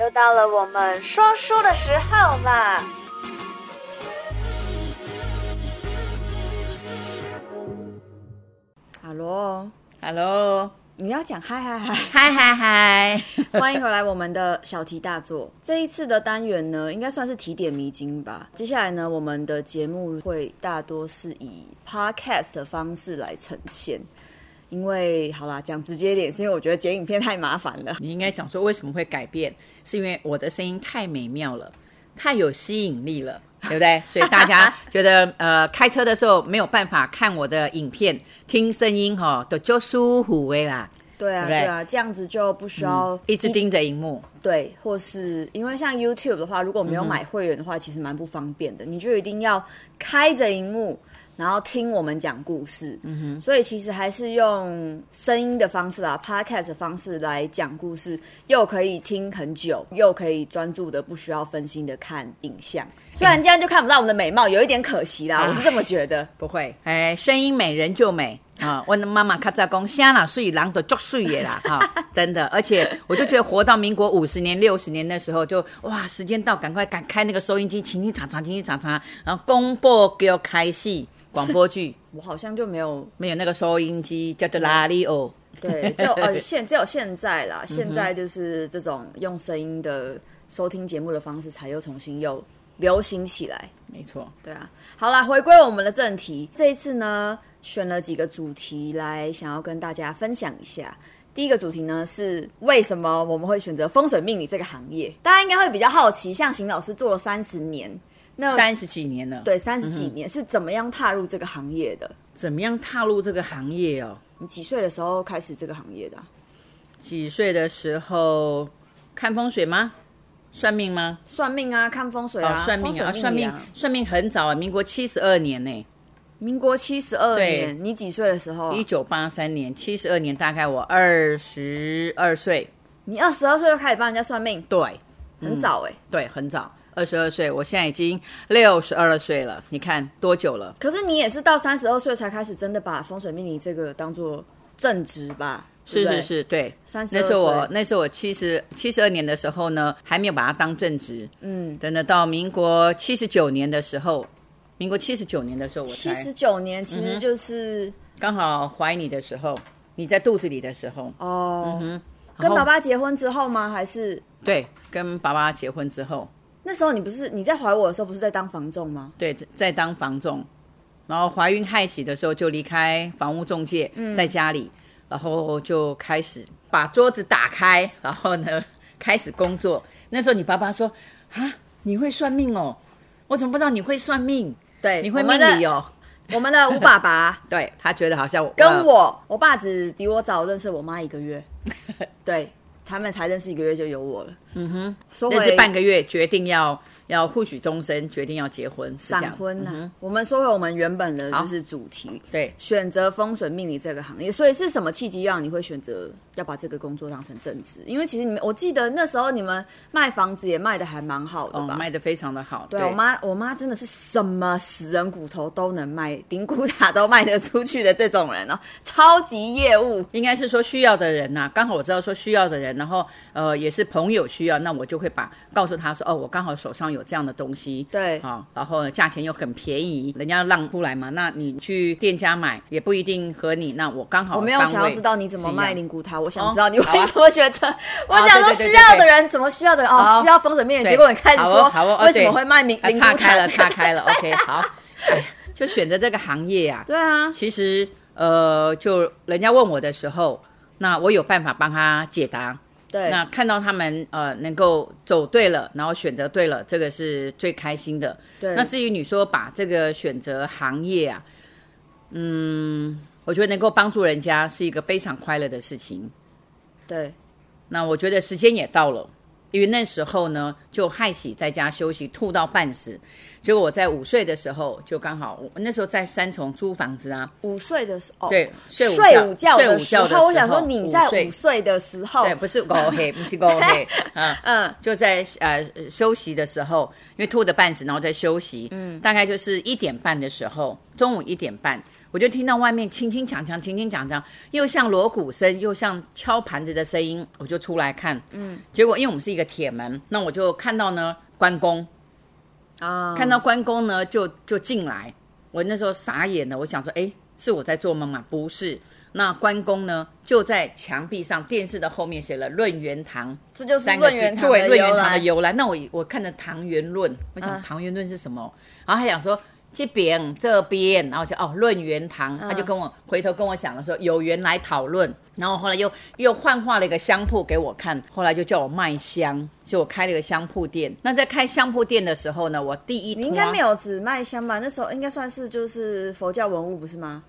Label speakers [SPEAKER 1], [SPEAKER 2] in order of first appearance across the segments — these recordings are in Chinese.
[SPEAKER 1] 又到了我们说书的时候啦！哈喽，
[SPEAKER 2] Hello，
[SPEAKER 1] 你要讲嗨嗨 嗨！
[SPEAKER 2] 嗨嗨嗨！
[SPEAKER 1] 欢迎回来我们的小题大做。这一次的单元呢，应该算是提点迷津吧。接下来呢，我们的节目会大多是以 podcast 的方式来呈现。因为好啦，讲直接一点，是因为我觉得剪影片太麻烦了。
[SPEAKER 2] 你应该讲说为什么会改变，是因为我的声音太美妙了，太有吸引力了，对不 对？所以大家觉得呃，开车的时候没有办法看我的影片，听声音哈、都就舒服为啦，
[SPEAKER 1] 对啊，
[SPEAKER 2] 对不
[SPEAKER 1] 对
[SPEAKER 2] 对
[SPEAKER 1] 啊，这样子就不需要
[SPEAKER 2] 嗯一直盯着荧幕。
[SPEAKER 1] 对，或是因为像 YouTube 的话，如果没有买会员的话，其实蛮不方便的。你就一定要开着荧幕，然后听我们讲故事。嗯哼，所以其实还是用声音的方式啦，Podcast 的方式来讲故事，又可以听很久，又可以专注的，不需要分心的看影像。虽然这样就看不到我们的美貌，有一点可惜啦，我是这么觉得。
[SPEAKER 2] 不会，哎，声音美人就美啊！我的妈妈卡扎公瞎啦，睡狼的就睡也啦，哈、真的。而且我就觉得活到民国五十年、六十年的时候就，哇，时间到，赶快赶开那个收音机，勤勤查查，勤勤查查，然后公布给我开戏广播剧，
[SPEAKER 1] 我好像就没有
[SPEAKER 2] 没有那个收音机叫做拉力哦。
[SPEAKER 1] 对，只有呃现只有现在啦，
[SPEAKER 2] 嗯
[SPEAKER 1] 现在就是这种用声音的收听节目的方式，才又重新又流行起来。
[SPEAKER 2] 没错，
[SPEAKER 1] 对啊，好啦，回归我们的正题，这一次呢选了几个主题来想要跟大家分享一下。第一个主题呢是为什么我们会选择风水命理这个行业？大家应该会比较好奇，像邢老师做了三十年，那
[SPEAKER 2] 三十几年了，，
[SPEAKER 1] 对三十
[SPEAKER 2] 嗯
[SPEAKER 1] 几年、是怎么样踏入这个行业的？
[SPEAKER 2] 怎么样踏入这个行业哦？
[SPEAKER 1] 你几岁的时候开始这个行业的啊、
[SPEAKER 2] 几岁的时候看风水吗？算命吗？
[SPEAKER 1] 算命啊，看风水啊，
[SPEAKER 2] 哦，算命啊，
[SPEAKER 1] 风水
[SPEAKER 2] 算
[SPEAKER 1] 理
[SPEAKER 2] 命，算命很早啊，民国七十二年呢、
[SPEAKER 1] 民国七十二
[SPEAKER 2] 对
[SPEAKER 1] 年，你几岁的时候啊、
[SPEAKER 2] 一九八三年，七十二年，大概我二十二岁，
[SPEAKER 1] 你二十二岁就开始帮人家算命，
[SPEAKER 2] 对
[SPEAKER 1] 很早哎、
[SPEAKER 2] 对，很早，二十二岁，我现在已经六十二岁了，你看多久了？
[SPEAKER 1] 可是你也是到三十二岁才开始真的把风水命理这个当做正职吧？
[SPEAKER 2] 是
[SPEAKER 1] 对不对，
[SPEAKER 2] 是是，对。
[SPEAKER 1] 三十
[SPEAKER 2] 那时候我
[SPEAKER 1] 二岁，
[SPEAKER 2] 那时候我七十七十二年的时候呢，还没有把它当正职，
[SPEAKER 1] 嗯，
[SPEAKER 2] 等得到民国七十九年的时候，民国七十九年的时候，我
[SPEAKER 1] 七
[SPEAKER 2] 才
[SPEAKER 1] 十九年其实就是、
[SPEAKER 2] 刚好怀你的时候，你在肚子里的时候，
[SPEAKER 1] 哦，
[SPEAKER 2] 嗯然
[SPEAKER 1] 跟
[SPEAKER 2] 后
[SPEAKER 1] 爸爸结婚之后吗？还是
[SPEAKER 2] 对，跟爸爸结婚之后，
[SPEAKER 1] 那时候你不是你在怀我的时候不是在当房仲吗？
[SPEAKER 2] 对，在在当房仲，然后怀孕害喜的时候就离开房屋中介，
[SPEAKER 1] 嗯
[SPEAKER 2] 在家里，然后就开始把桌子打开，然后呢 开始工作。那时候你爸爸说啊，你会算命哦，我怎么不知道你会算命？
[SPEAKER 1] 对，
[SPEAKER 2] 你会
[SPEAKER 1] 我们
[SPEAKER 2] 命
[SPEAKER 1] 的
[SPEAKER 2] 理哦？
[SPEAKER 1] 我们的吴爸 爸
[SPEAKER 2] 对他觉得好像
[SPEAKER 1] 跟我，我爸只比我早认识我妈一个月，对他们才认识一个月就有我了。嗯哼，说
[SPEAKER 2] 那是
[SPEAKER 1] 回
[SPEAKER 2] 半个月决定要要互许终身，决定要结婚，是这
[SPEAKER 1] 闪
[SPEAKER 2] 样。嗯
[SPEAKER 1] 婚呐、我们说回我们原本的就是主题，
[SPEAKER 2] 对，
[SPEAKER 1] 选择风水命理这个行业，所以是什么契机让你会选择要把这个工作当成正职？因为其实你们，我记得那时候你们卖房子也卖的还蛮好的
[SPEAKER 2] 哦，
[SPEAKER 1] 吧？
[SPEAKER 2] 卖的非常的好。
[SPEAKER 1] 对我啊妈，我妈真的是什么死人骨头都能卖，灵骨塔都卖得出去的这种人哦， 超级业务。
[SPEAKER 2] 应该是说需要的人呐、刚好我知道说需要的人，然后呃也是朋友需要，那我就会把告诉他说哦，我刚好手上有这样的东西，
[SPEAKER 1] 对
[SPEAKER 2] 好、然后价钱又很便宜，人家让出来嘛，那你去店家买也不一定合你，那我刚好
[SPEAKER 1] 我没有
[SPEAKER 2] 单位
[SPEAKER 1] 想要知道你怎么卖
[SPEAKER 2] 是一样
[SPEAKER 1] 灵骨塔，我想
[SPEAKER 2] 哦
[SPEAKER 1] 知道你为
[SPEAKER 2] 好啊
[SPEAKER 1] 什么选择。 我想说
[SPEAKER 2] 对对
[SPEAKER 1] 需
[SPEAKER 2] 对对
[SPEAKER 1] 要的人怎么需要的人哦，
[SPEAKER 2] 好
[SPEAKER 1] 需要风水命理，
[SPEAKER 2] 对
[SPEAKER 1] 结果你开始
[SPEAKER 2] 好
[SPEAKER 1] 说
[SPEAKER 2] 哦好哦哦
[SPEAKER 1] 为什么
[SPEAKER 2] 对
[SPEAKER 1] 会卖灵
[SPEAKER 2] 啊
[SPEAKER 1] 灵
[SPEAKER 2] 岔
[SPEAKER 1] 骨
[SPEAKER 2] 开
[SPEAKER 1] 塔
[SPEAKER 2] 了，
[SPEAKER 1] 这
[SPEAKER 2] 岔
[SPEAKER 1] 个？
[SPEAKER 2] 开了，OK，好， 哎呀就选择这个行业呀、
[SPEAKER 1] 对啊，
[SPEAKER 2] 其实呃，就人家问我的时候，那我有办法帮他解答。
[SPEAKER 1] 对，
[SPEAKER 2] 那看到他们呃能够走对了，然后选择对了，这个是最开心的。
[SPEAKER 1] 对，
[SPEAKER 2] 那至于你说把这个选择行业啊，嗯，我觉得能够帮助人家是一个非常快乐的事情。
[SPEAKER 1] 对
[SPEAKER 2] 那我觉得时间也到了，因为那时候呢就害喜在家休息，吐到半死，结果我在五岁的时候就刚好，我那时候在三重租房子啊，
[SPEAKER 1] 五岁的时候，
[SPEAKER 2] 对睡午
[SPEAKER 1] 睡
[SPEAKER 2] 觉
[SPEAKER 1] 午觉
[SPEAKER 2] 睡
[SPEAKER 1] 的
[SPEAKER 2] 午
[SPEAKER 1] 时
[SPEAKER 2] 觉的时
[SPEAKER 1] 候，
[SPEAKER 2] 候
[SPEAKER 1] 我想说你在
[SPEAKER 2] 午睡
[SPEAKER 1] 五岁的时候，
[SPEAKER 2] 对，不是勾 黑，不是勾黑，嗯
[SPEAKER 1] 嗯
[SPEAKER 2] 嗯，就在呃休息的时候，因为吐的半死，然后在休息，嗯，大概就是一点半的时候，中午一点半，我就听到外面轻轻响响，轻轻响响，又像锣鼓声，又像敲盘子的声音，我就出来看，嗯，结果因为我们是一个铁门，那我就看到呢关公，
[SPEAKER 1] 啊，
[SPEAKER 2] 看到关公呢，就就进来。我那时候傻眼了，我想说，哎，是我在做梦吗？不是。那关公呢，就在墙壁上，电视的后面写了“论元堂
[SPEAKER 1] 这”就是
[SPEAKER 2] 三个
[SPEAKER 1] 论
[SPEAKER 2] 字，
[SPEAKER 1] 元堂
[SPEAKER 2] 对，
[SPEAKER 1] 的
[SPEAKER 2] 论
[SPEAKER 1] 由
[SPEAKER 2] 元堂的
[SPEAKER 1] 来。
[SPEAKER 2] 由来。那我我看着唐元论，我想
[SPEAKER 1] 嗯
[SPEAKER 2] 唐元论是什么？然后他讲说这边这边，然后我就哦论元堂，
[SPEAKER 1] 嗯
[SPEAKER 2] 他就跟我回头跟我讲了说有缘来讨论。然后后来又又幻化了一个香铺给我看，后来就叫我卖香，所以我开了一个香铺店。那在开香铺店的时候呢，我第一
[SPEAKER 1] 你应该
[SPEAKER 2] 摊
[SPEAKER 1] 没有只卖香吧？那时候应该算是就是佛教文物，不是吗？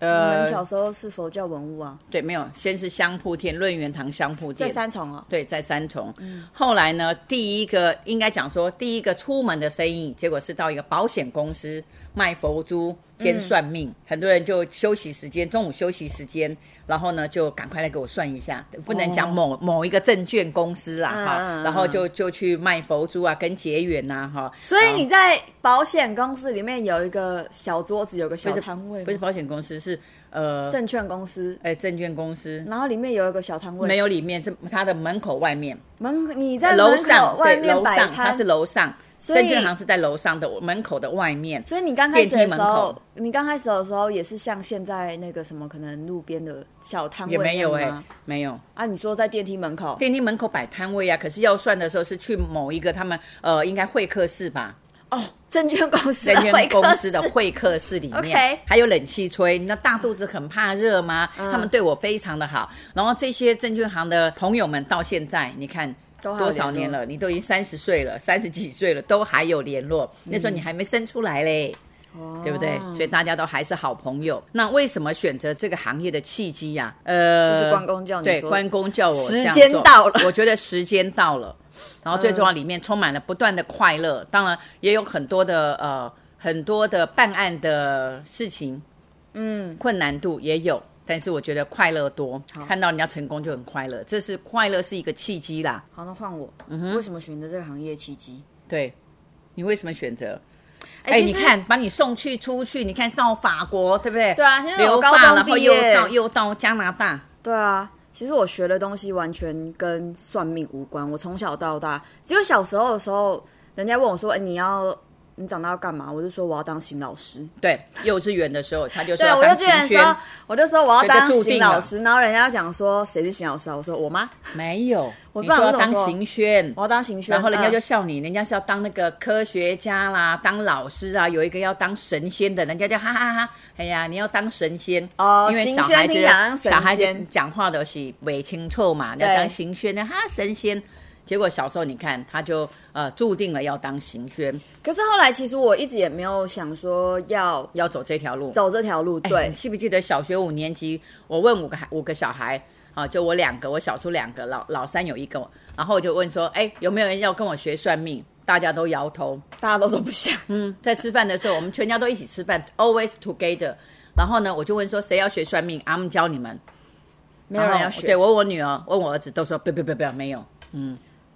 [SPEAKER 1] 你们
[SPEAKER 2] 呃
[SPEAKER 1] 小时候是佛教文物啊，
[SPEAKER 2] 对没有，先是香铺店，论元堂香铺
[SPEAKER 1] 在
[SPEAKER 2] 店，
[SPEAKER 1] 三重哦。
[SPEAKER 2] 对，在三重。
[SPEAKER 1] 嗯
[SPEAKER 2] 后来呢，第一个应该讲说，第一个出门的生意，结果是到一个保险公司卖佛珠兼算命。很多人就休息时间，中午休息时间，然后呢就赶快来给我算一下，不能讲某、某一个证券公司啊
[SPEAKER 1] 嗯
[SPEAKER 2] 哈，
[SPEAKER 1] 嗯嗯
[SPEAKER 2] 然后就就去卖佛珠啊，跟结缘呐哈。
[SPEAKER 1] 所以
[SPEAKER 2] 然后
[SPEAKER 1] 你在保险公司里面有一个小桌子，有个小摊位吗，
[SPEAKER 2] 呃不是保险公司是呃
[SPEAKER 1] 证券公司，
[SPEAKER 2] 哎证券公司。
[SPEAKER 1] 然后里面有一个小摊位。
[SPEAKER 2] 没有里面，是它的门口外面。
[SPEAKER 1] 门，你在
[SPEAKER 2] 楼
[SPEAKER 1] 门口
[SPEAKER 2] 上
[SPEAKER 1] 外
[SPEAKER 2] 对
[SPEAKER 1] 面
[SPEAKER 2] 楼
[SPEAKER 1] 摆
[SPEAKER 2] 上，它
[SPEAKER 1] 摊
[SPEAKER 2] 是，楼上，
[SPEAKER 1] 所以
[SPEAKER 2] 证券行是在楼上的门口的外面。
[SPEAKER 1] 所以你刚开始的时
[SPEAKER 2] 电梯门
[SPEAKER 1] 候
[SPEAKER 2] 口，
[SPEAKER 1] 你刚开始的时候也是像现在那个什么，可能路边的小摊位
[SPEAKER 2] 也没有
[SPEAKER 1] 那
[SPEAKER 2] 哎、
[SPEAKER 1] 样吗
[SPEAKER 2] 没有
[SPEAKER 1] 啊，你说在电梯门口
[SPEAKER 2] 电梯门口摆摊位啊。可是要算的时候是去某一个他们呃，应该会客室吧，
[SPEAKER 1] 哦，证券公司
[SPEAKER 2] 证
[SPEAKER 1] 的会
[SPEAKER 2] 券
[SPEAKER 1] 客
[SPEAKER 2] 公司
[SPEAKER 1] 室
[SPEAKER 2] 的会客室里
[SPEAKER 1] OK 嗯
[SPEAKER 2] 面，还有冷气吹。那大肚子很怕热吗？他们对我非常的好。然后这些证券行的朋友们到现在，你看。
[SPEAKER 1] 都还有
[SPEAKER 2] 多少
[SPEAKER 1] 联
[SPEAKER 2] 年
[SPEAKER 1] 络
[SPEAKER 2] 了？你都已经三十岁了，三十几岁了，都还有联络。
[SPEAKER 1] 嗯
[SPEAKER 2] 那时候你还没生出来嘞。
[SPEAKER 1] 哦
[SPEAKER 2] 对不对？所以大家都还是好朋友。那为什么选择这个行业的契机呀、呃，
[SPEAKER 1] 就是关公叫你
[SPEAKER 2] 对，
[SPEAKER 1] 说
[SPEAKER 2] 关公叫我
[SPEAKER 1] 时
[SPEAKER 2] 这样
[SPEAKER 1] 间
[SPEAKER 2] 做
[SPEAKER 1] 到了嗯
[SPEAKER 2] 我觉得时间到了。然后最重要，里面充满了不断的快乐，当然也有很多的呃很多的办案的事情，嗯，困难度也有。但是我觉得快乐多，看到人家成功就很快乐，这是快乐是一个契机啦。
[SPEAKER 1] 好，那换我。
[SPEAKER 2] 嗯
[SPEAKER 1] 为什么选择这个行业契机？
[SPEAKER 2] 对，你为什么选择？
[SPEAKER 1] 哎
[SPEAKER 2] 哎、
[SPEAKER 1] 其实
[SPEAKER 2] 你看，把你送去出去，你看到法国，对不对？
[SPEAKER 1] 对啊现在我
[SPEAKER 2] 留
[SPEAKER 1] 高中
[SPEAKER 2] 发，然后
[SPEAKER 1] 毕
[SPEAKER 2] 又
[SPEAKER 1] 业
[SPEAKER 2] 到又到加拿大，
[SPEAKER 1] 对啊，其实我学的东西完全跟算命无关。我从小到大，只有小时候的时候，人家问我说：“哎、你要你长大要干嘛？”我就说我要当邢老师。
[SPEAKER 2] 对，幼稚园的时候他就说
[SPEAKER 1] 对，啊
[SPEAKER 2] 啊要
[SPEAKER 1] 我幼
[SPEAKER 2] 当
[SPEAKER 1] 稚园
[SPEAKER 2] 行
[SPEAKER 1] 的时候
[SPEAKER 2] 轩，，
[SPEAKER 1] 我就说我要
[SPEAKER 2] 所以就
[SPEAKER 1] 当
[SPEAKER 2] 注
[SPEAKER 1] 邢
[SPEAKER 2] 定了啊
[SPEAKER 1] 老师，然后人家讲说谁是邢老师啊？我说我妈，
[SPEAKER 2] 没有，
[SPEAKER 1] 我
[SPEAKER 2] 你
[SPEAKER 1] 不知道
[SPEAKER 2] 说
[SPEAKER 1] 我
[SPEAKER 2] 要
[SPEAKER 1] 怎
[SPEAKER 2] 当
[SPEAKER 1] 么说
[SPEAKER 2] 行轩
[SPEAKER 1] 我。要当邢轩。
[SPEAKER 2] 然后人家就
[SPEAKER 1] 嗯
[SPEAKER 2] 笑你，人家是要当那个科学家啦，当老师啊，有一个要当神仙的，人家就哈哈哈哎呀，你要当神仙
[SPEAKER 1] 哦
[SPEAKER 2] 因为
[SPEAKER 1] 行
[SPEAKER 2] 小
[SPEAKER 1] 轩
[SPEAKER 2] 孩
[SPEAKER 1] 听起
[SPEAKER 2] 子
[SPEAKER 1] 来好像神
[SPEAKER 2] 小孩子
[SPEAKER 1] 仙
[SPEAKER 2] 讲话都是伪清臭嘛，你要
[SPEAKER 1] 对
[SPEAKER 2] 当行轩的哈神仙。结果小时候你看，他就呃注定了要当行轩，
[SPEAKER 1] 可是后来其实我一直也没有想说要
[SPEAKER 2] 要走这条路。
[SPEAKER 1] 走这条路。
[SPEAKER 2] 哎
[SPEAKER 1] 对
[SPEAKER 2] 你，记不记得小学五年级，我问五个孩五个小孩啊，就我两个，我小叔两个，老老三有一个，然后我就问说，哎，有没有人要跟我学算命？大家都摇头。
[SPEAKER 1] 大家都说不想。
[SPEAKER 2] 嗯，在吃饭的时候，我们全家都一起吃饭，always together。然后呢，我就问说，谁要学算命？阿姆教你们。
[SPEAKER 1] 没有人
[SPEAKER 2] 然后
[SPEAKER 1] 要学
[SPEAKER 2] 对，我问我女儿，问我儿子，都说不不不不，没有。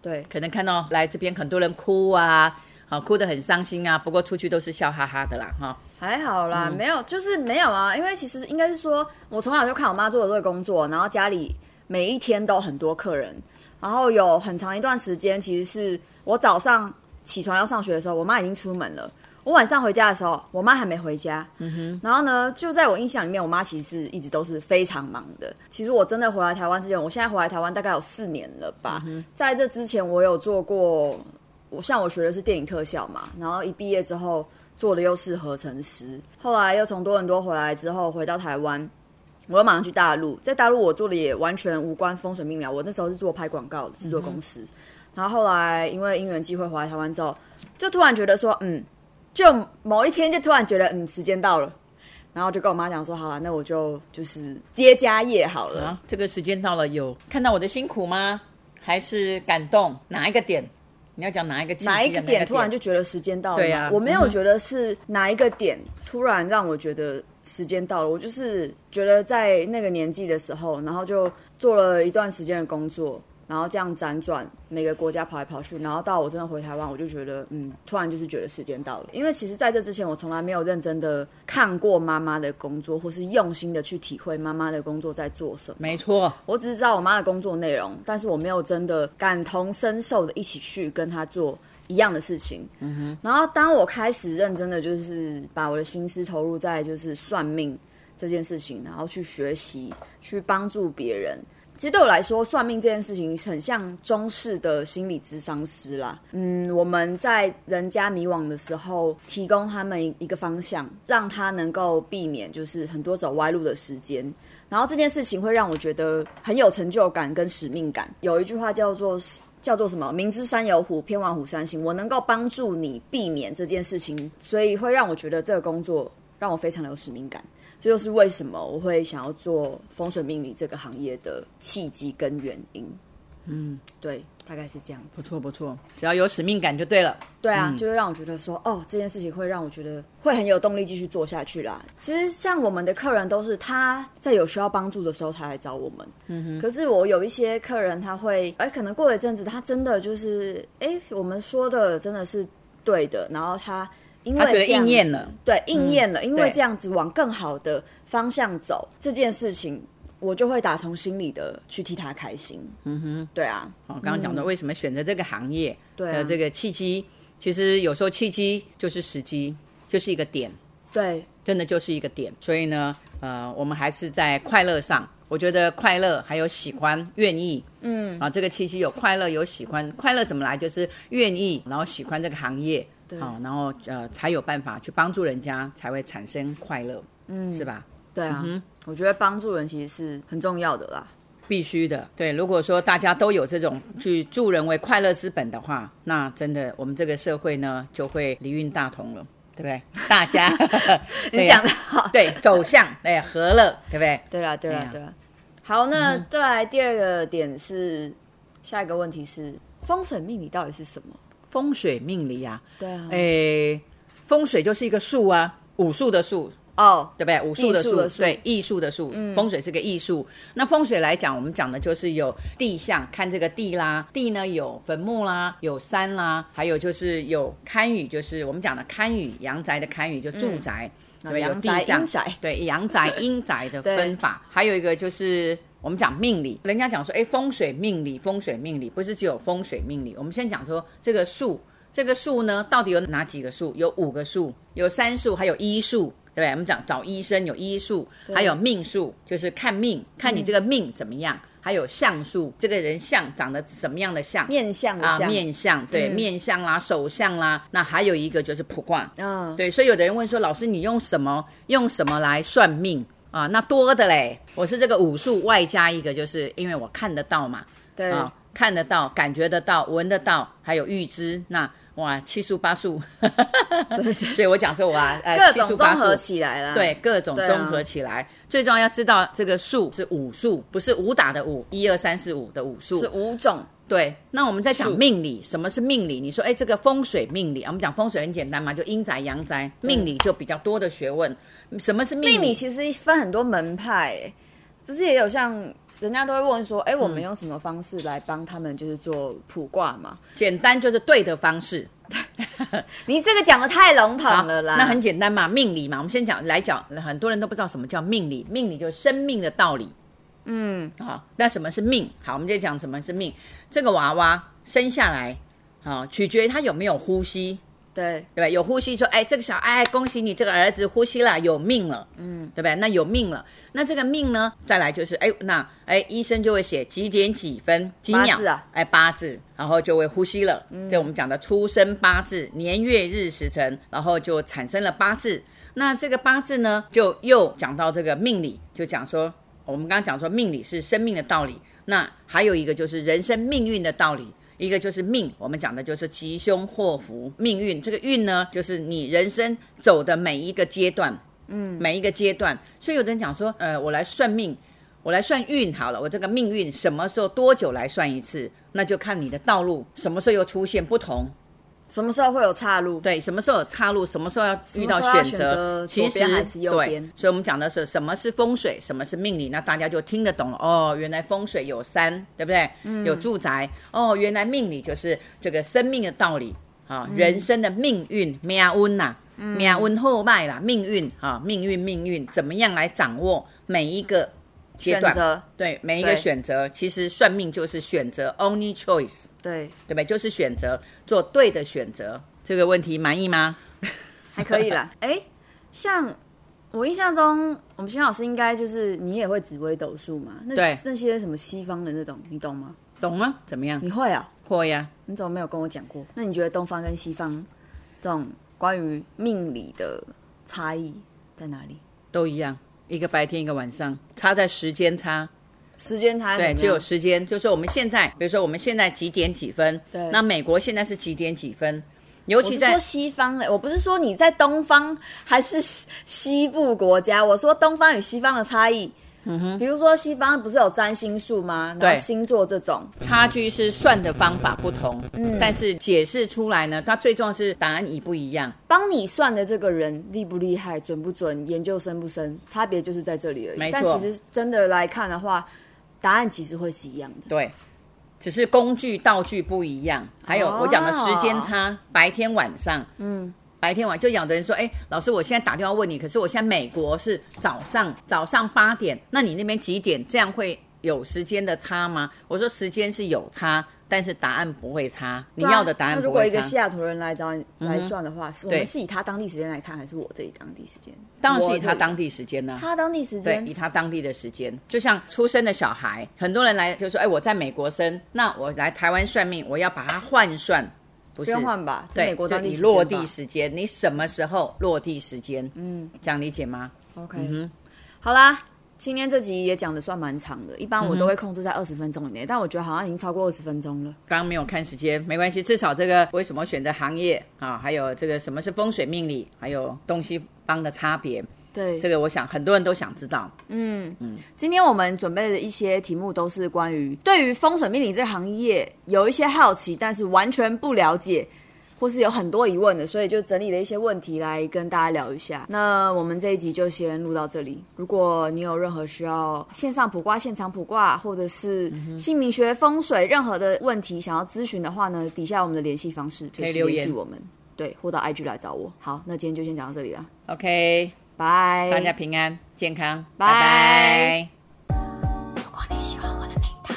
[SPEAKER 1] 对，
[SPEAKER 2] 可能看到来这边很多人哭啊，啊，哭得很伤心啊。不过出去都是笑哈哈的啦，哈、
[SPEAKER 1] 还好啦，没有，就是没有啊，因为其实应该是说，我从小就看我妈做的这个工作，然后家里每一天都很多客人，然后有很长一段时间，其实是我早上起床要上学的时候，我妈已经出门了。我晚上回家的时候，我妈还没回家。嗯哼。然后呢，就在我印象里面，我妈其实是一直都是非常忙的。其实我真的回来台湾之前，我现在回来台湾大概有四年了吧。在这之前，我有做过我像我学的是电影特效嘛，然后一毕业之后做的又是合成师，后来又从多伦多回来之后回到台湾，我又马上去大陆，在大陆我做的也完全无关风水命理啊，我那时候是做拍广告的制作公司，然后后来因为因缘机会回来台湾之后，就突然觉得说，嗯，就某一天就突然觉得，嗯，时间到了。然后就跟我妈讲说，好了，那我就就是接家业好了。
[SPEAKER 2] 啊，这个时间到了，有看到我的辛苦吗？还是感动？哪一个点？你你要讲哪一个契机啊
[SPEAKER 1] 哪一个点嗯突然就觉得时间到了吗？
[SPEAKER 2] 对啊
[SPEAKER 1] 我没有觉得是哪一个点突然让我觉得时间到了，我就是觉得在那个年纪的时候，然后就做了一段时间的工作，然后这样辗转每个国家跑来跑去，然后到我真的回台湾，我就觉得嗯，突然就是觉得时间到了，因为其实在这之前我从来没有认真的看过妈妈的工作，或是用心的去体会妈妈的工作在做什么。
[SPEAKER 2] 没错，
[SPEAKER 1] 我只是知道我妈的工作内容，但是我没有真的感同身受的一起去跟她做一样的事情。嗯哼。然后当我开始认真的就是把我的心思投入在就是算命这件事情，然后去学习去帮助别人。其实对我来说，算命这件事情很像中式的心理咨商师啦。嗯，我们在人家迷惘的时候，提供他们一个方向，让他能够避免就是很多走歪路的时间。然后这件事情会让我觉得很有成就感跟使命感。有一句话叫做叫做什么？明知山有虎，偏往虎山行。我能够帮助你避免这件事情，所以会让我觉得这个工作让我非常的有使命感。这就是为什么我会想要做风水命理这个行业的契机跟原因。嗯，对，大概是这样子。
[SPEAKER 2] 不错不错，只要有使命感就对了。
[SPEAKER 1] 对啊，就会让我觉得说，哦，这件事情会让我觉得会很有动力继续做下去啦。其实像我们的客人都是他在有需要帮助的时候才来找我们，嗯哼。可是我有一些客人他会，哎，可能过了一阵子，他真的就是，哎，我们说的真的是对的，然后他因为
[SPEAKER 2] 他觉得
[SPEAKER 1] 这样
[SPEAKER 2] 应验
[SPEAKER 1] 子
[SPEAKER 2] 了，嗯
[SPEAKER 1] 对，应验了，因为
[SPEAKER 2] 对
[SPEAKER 1] 这样子往更好的方向走，这件事情我就会打从心里的去替他开心，嗯哼，对啊，
[SPEAKER 2] 哦，刚刚讲的为什么选择这个行业
[SPEAKER 1] 对啊
[SPEAKER 2] 的这个契机，其实有时候契机就是时机，就是一个点，
[SPEAKER 1] 对，
[SPEAKER 2] 真的就是一个点。所以呢，呃，我们还是在快乐上，我觉得快乐还有喜欢、愿意，嗯，啊，这个契机有快乐有喜欢，快乐怎么来？就是愿意，然后喜欢这个行业，
[SPEAKER 1] 对
[SPEAKER 2] 啊，然后呃，才有办法去帮助人家，才会产生快乐，嗯，是吧？
[SPEAKER 1] 对啊，我觉得帮助人其实是很重要的啦。
[SPEAKER 2] 必须的，对。如果说大家都有这种去助人为快乐之本的话，那真的我们这个社会呢就会离运大同了，对不对？大家，
[SPEAKER 1] 你
[SPEAKER 2] 对啊
[SPEAKER 1] 讲的好，
[SPEAKER 2] 对走向哎和乐，对不对？嗯
[SPEAKER 1] 对啦，对啦
[SPEAKER 2] 哎呀，
[SPEAKER 1] 对啦。好，那再来第二个点是，下一个问题是风水命理到底是什么？
[SPEAKER 2] 风水命理啊，
[SPEAKER 1] 对啊，
[SPEAKER 2] 哎，风水就是一个术啊，武术的术，
[SPEAKER 1] 哦，
[SPEAKER 2] 对不对？武术
[SPEAKER 1] 艺术的
[SPEAKER 2] 的
[SPEAKER 1] 术嗯
[SPEAKER 2] 对艺术的术，风水是个艺术。那风水来讲，我们讲的就是有地象，看这个地啦，地呢有坟墓啦，有山啦，还有就是有堪舆，就是我们讲的堪舆，阳宅的堪舆就住宅，
[SPEAKER 1] 嗯
[SPEAKER 2] 对，有
[SPEAKER 1] 阳
[SPEAKER 2] 地
[SPEAKER 1] 宅
[SPEAKER 2] 象
[SPEAKER 1] 阴宅
[SPEAKER 2] 对，阳宅阴宅的
[SPEAKER 1] 对
[SPEAKER 2] 分法，还有一个就是。我们讲命理，人家讲说，哎，风水命理，风水命理不是只有风水命理。我们先讲说这个数，这个数呢，到底有哪几个数？有五个数，有三数，还有医术，对不对？我们讲找医生有医术，还有命数，就是看命，看你这个命怎么样。还有相术，这个人相长得什么样的相？
[SPEAKER 1] 面相的
[SPEAKER 2] 啊，
[SPEAKER 1] 相，
[SPEAKER 2] 面相，对，面相啦，手相啦。那还有一个就是卜卦，
[SPEAKER 1] 嗯，
[SPEAKER 2] 对，所以有的人问说，老师，你用什么用什么来算命啊？那多的嘞，我是这个武术外加一个，就是因为我看得到嘛，
[SPEAKER 1] 对，
[SPEAKER 2] 啊，看得到、感觉得到、闻得到，还有预知，那哇，七术八术， 所以我讲说我啊，呃，
[SPEAKER 1] 各
[SPEAKER 2] 七术
[SPEAKER 1] 种
[SPEAKER 2] 八
[SPEAKER 1] 综
[SPEAKER 2] 术
[SPEAKER 1] 合起来啦。
[SPEAKER 2] 对，，各种
[SPEAKER 1] 对啊
[SPEAKER 2] 综合起来，最重要要知道这个术是武术，不是武打的武，一二三四五的武术
[SPEAKER 1] 是五种，
[SPEAKER 2] 对，那我们在讲
[SPEAKER 1] 是
[SPEAKER 2] 命理，什么是命理？你说，哎，这个风水命理，啊我们讲风水很简单嘛，就阴宅阳宅，命理就比较多的学问。什么是命理？
[SPEAKER 1] 命理其实分很多门派、欸，不是也有像人家都会问说，哎、我
[SPEAKER 2] 嗯
[SPEAKER 1] 们用什么方式来帮他们就是做卜卦嘛？
[SPEAKER 2] 简单就是对的方式。
[SPEAKER 1] 你这个讲的太笼统
[SPEAKER 2] 好
[SPEAKER 1] 了啦，
[SPEAKER 2] 那很简单嘛，命理嘛，我们先讲来讲，很多人都不知道什么叫命理，命理就是生命的道理。嗯，好，那什么是命？好，我们就讲什么是命。这个娃娃生下来，好，取决于他有没有呼吸。
[SPEAKER 1] 对，
[SPEAKER 2] 对吧？有呼吸说，哎，这个小哎，恭喜你，这个儿子呼吸了，有命了，嗯，对吧？那有命了，那这个命呢，再来就是，哎，那哎，医生就会写几点几分几
[SPEAKER 1] 八
[SPEAKER 2] 秒
[SPEAKER 1] 字啊，
[SPEAKER 2] 哎，八字，然后就会呼吸了，这我们讲的出生八字、年月日时辰，然后就产生了八字。那这个八字呢，就又讲到这个命理，就讲说，我们刚刚讲说命理是生命的道理，那还有一个就是人生命运的道理。一个就是命，我们讲的就是吉凶祸福命运。这个运呢，就是你人生走的每一个阶段，嗯，每一个阶段。所以有的人讲说，呃，我来算命，我来算运好了，我这个命运什么时候多久来算一次？那就看你的道路什么时候又出现不同，
[SPEAKER 1] 什么时候会有岔路？
[SPEAKER 2] 对，什么时候有岔路，什么时候要遇到
[SPEAKER 1] 什么时候要
[SPEAKER 2] 选
[SPEAKER 1] 选
[SPEAKER 2] 择
[SPEAKER 1] 择，
[SPEAKER 2] 其实
[SPEAKER 1] 左边还是右边
[SPEAKER 2] 对，所以我们讲的是什么是风水，什么是命理，那大家就听得懂了。哦，原来风水有山，对不对？
[SPEAKER 1] 嗯
[SPEAKER 2] 有住宅。哦，原来命理就是这个生命的道理啊，
[SPEAKER 1] 嗯
[SPEAKER 2] 人生的命运命运呐、命运后脉啦，命运啊，命运命运怎么样来掌握每一个阶
[SPEAKER 1] 选
[SPEAKER 2] 段？
[SPEAKER 1] 择
[SPEAKER 2] 对，每一个
[SPEAKER 1] 对
[SPEAKER 2] 选择，其实算命就是选择 only choice。
[SPEAKER 1] 对，
[SPEAKER 2] 对不对？就是选择做对的选择。这个问题满意吗？
[SPEAKER 1] 还可以啦。 哎，像我印象中，我们新老师应该就是你也会紫微斗数嘛？那
[SPEAKER 2] 对
[SPEAKER 1] 那些什么西方的那种，你懂吗？
[SPEAKER 2] 懂吗？怎么样？
[SPEAKER 1] 你会啊？
[SPEAKER 2] 会呀、
[SPEAKER 1] 你怎么没有跟我讲过？那你觉得东方跟西方这种关于命理的差异在哪里？
[SPEAKER 2] 都一样，一个白天一个晚上，差在时间差。
[SPEAKER 1] 时间差
[SPEAKER 2] 对，
[SPEAKER 1] 怎
[SPEAKER 2] 只
[SPEAKER 1] 么
[SPEAKER 2] 有
[SPEAKER 1] 样
[SPEAKER 2] 时间，就是我们现在，比如说我们现在几点几分？
[SPEAKER 1] 对
[SPEAKER 2] 那美国现在是几点几分？尤
[SPEAKER 1] 我
[SPEAKER 2] 其
[SPEAKER 1] 是
[SPEAKER 2] 在
[SPEAKER 1] 说西方的，我不是说你在东方还是西西部国家，我说东方与西方的差异。嗯哼，比如说西方不是有占星术吗？然
[SPEAKER 2] 对
[SPEAKER 1] 后星座这种，
[SPEAKER 2] 差距是算的方法不同，嗯，但是解释出来呢，它最重要是答案一不一样。
[SPEAKER 1] 帮你算的这个人厉不厉害、准不准、研究深不深，差别就是在这里而
[SPEAKER 2] 没
[SPEAKER 1] 已。
[SPEAKER 2] 错
[SPEAKER 1] 但其实真的来看的话，答案其实会是一样的。
[SPEAKER 2] 对，只是工具道具不一样，还有
[SPEAKER 1] 哦
[SPEAKER 2] 我讲的时间差，白天晚上，嗯，白天晚就有的人说，哎，老师，我现在打电话问你，可是我现在美国是早上早上八点，那你那边几点？这样会有时间的差吗？我说时间是有差，但是答案不会差，你
[SPEAKER 1] 对啊
[SPEAKER 2] 要的答案
[SPEAKER 1] 那如
[SPEAKER 2] 不
[SPEAKER 1] 果
[SPEAKER 2] 会
[SPEAKER 1] 一个西
[SPEAKER 2] 差。嗯
[SPEAKER 1] 雅图人来找你来算的话，是我
[SPEAKER 2] 对
[SPEAKER 1] 们是以他当地时间来看，还是我这里当地时间？
[SPEAKER 2] 当然
[SPEAKER 1] 我
[SPEAKER 2] 是以
[SPEAKER 1] 这
[SPEAKER 2] 他
[SPEAKER 1] 里
[SPEAKER 2] 当地时间呢、
[SPEAKER 1] 他当地时
[SPEAKER 2] 对，
[SPEAKER 1] 间
[SPEAKER 2] 以他当地的时间，就像出生的小孩，很多人来就说，哎，我在美国生，那我来台湾算命，我要把它换算，不
[SPEAKER 1] 不
[SPEAKER 2] 是
[SPEAKER 1] 用换吧？是
[SPEAKER 2] 对，
[SPEAKER 1] 美国当地
[SPEAKER 2] 就
[SPEAKER 1] 时间
[SPEAKER 2] 你落
[SPEAKER 1] 吧
[SPEAKER 2] 地时间，你什么时候落地时间？嗯，这样理解吗？
[SPEAKER 1] OK，、好
[SPEAKER 2] 嗯
[SPEAKER 1] 啦，今天这集也讲的算蛮长的，一般
[SPEAKER 2] 嗯
[SPEAKER 1] 我都会控制在二十分钟以内，但我觉得好像已经超过二十分钟了。
[SPEAKER 2] 刚刚没有看时间，没关系，至少这个为什么选择行业啊，还有这个什么是风水命理，还有东西方的差别，
[SPEAKER 1] 对，
[SPEAKER 2] 这个我想很多人都想知道。
[SPEAKER 1] 今天我们准备的一些题目都是关于对于风水命理这个行业有一些好奇，但是完全不了解，或是有很多疑问的，所以就整理了一些问题来跟大家聊一下。那我们这一集就先录到这里。如果你有任何需要线上卜卦、现场卜卦，或者是姓名学、风水任何的问题想要咨询的话呢，底下有我们的联系方式，可
[SPEAKER 2] 以留言
[SPEAKER 1] 我们，对，或到 IG 来找我。好，那今天就先讲到这里了，
[SPEAKER 2] OK，
[SPEAKER 1] 拜，
[SPEAKER 2] 大家平安健康，
[SPEAKER 1] 拜
[SPEAKER 2] 拜拜
[SPEAKER 3] 如果你喜欢我的频道，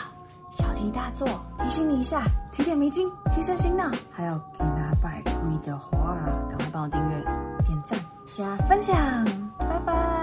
[SPEAKER 3] 小题大做，提醒你一下，提点迷津，提升心脑。还有给拿百贵的话，赶快帮我订阅、点赞、加分享，拜拜。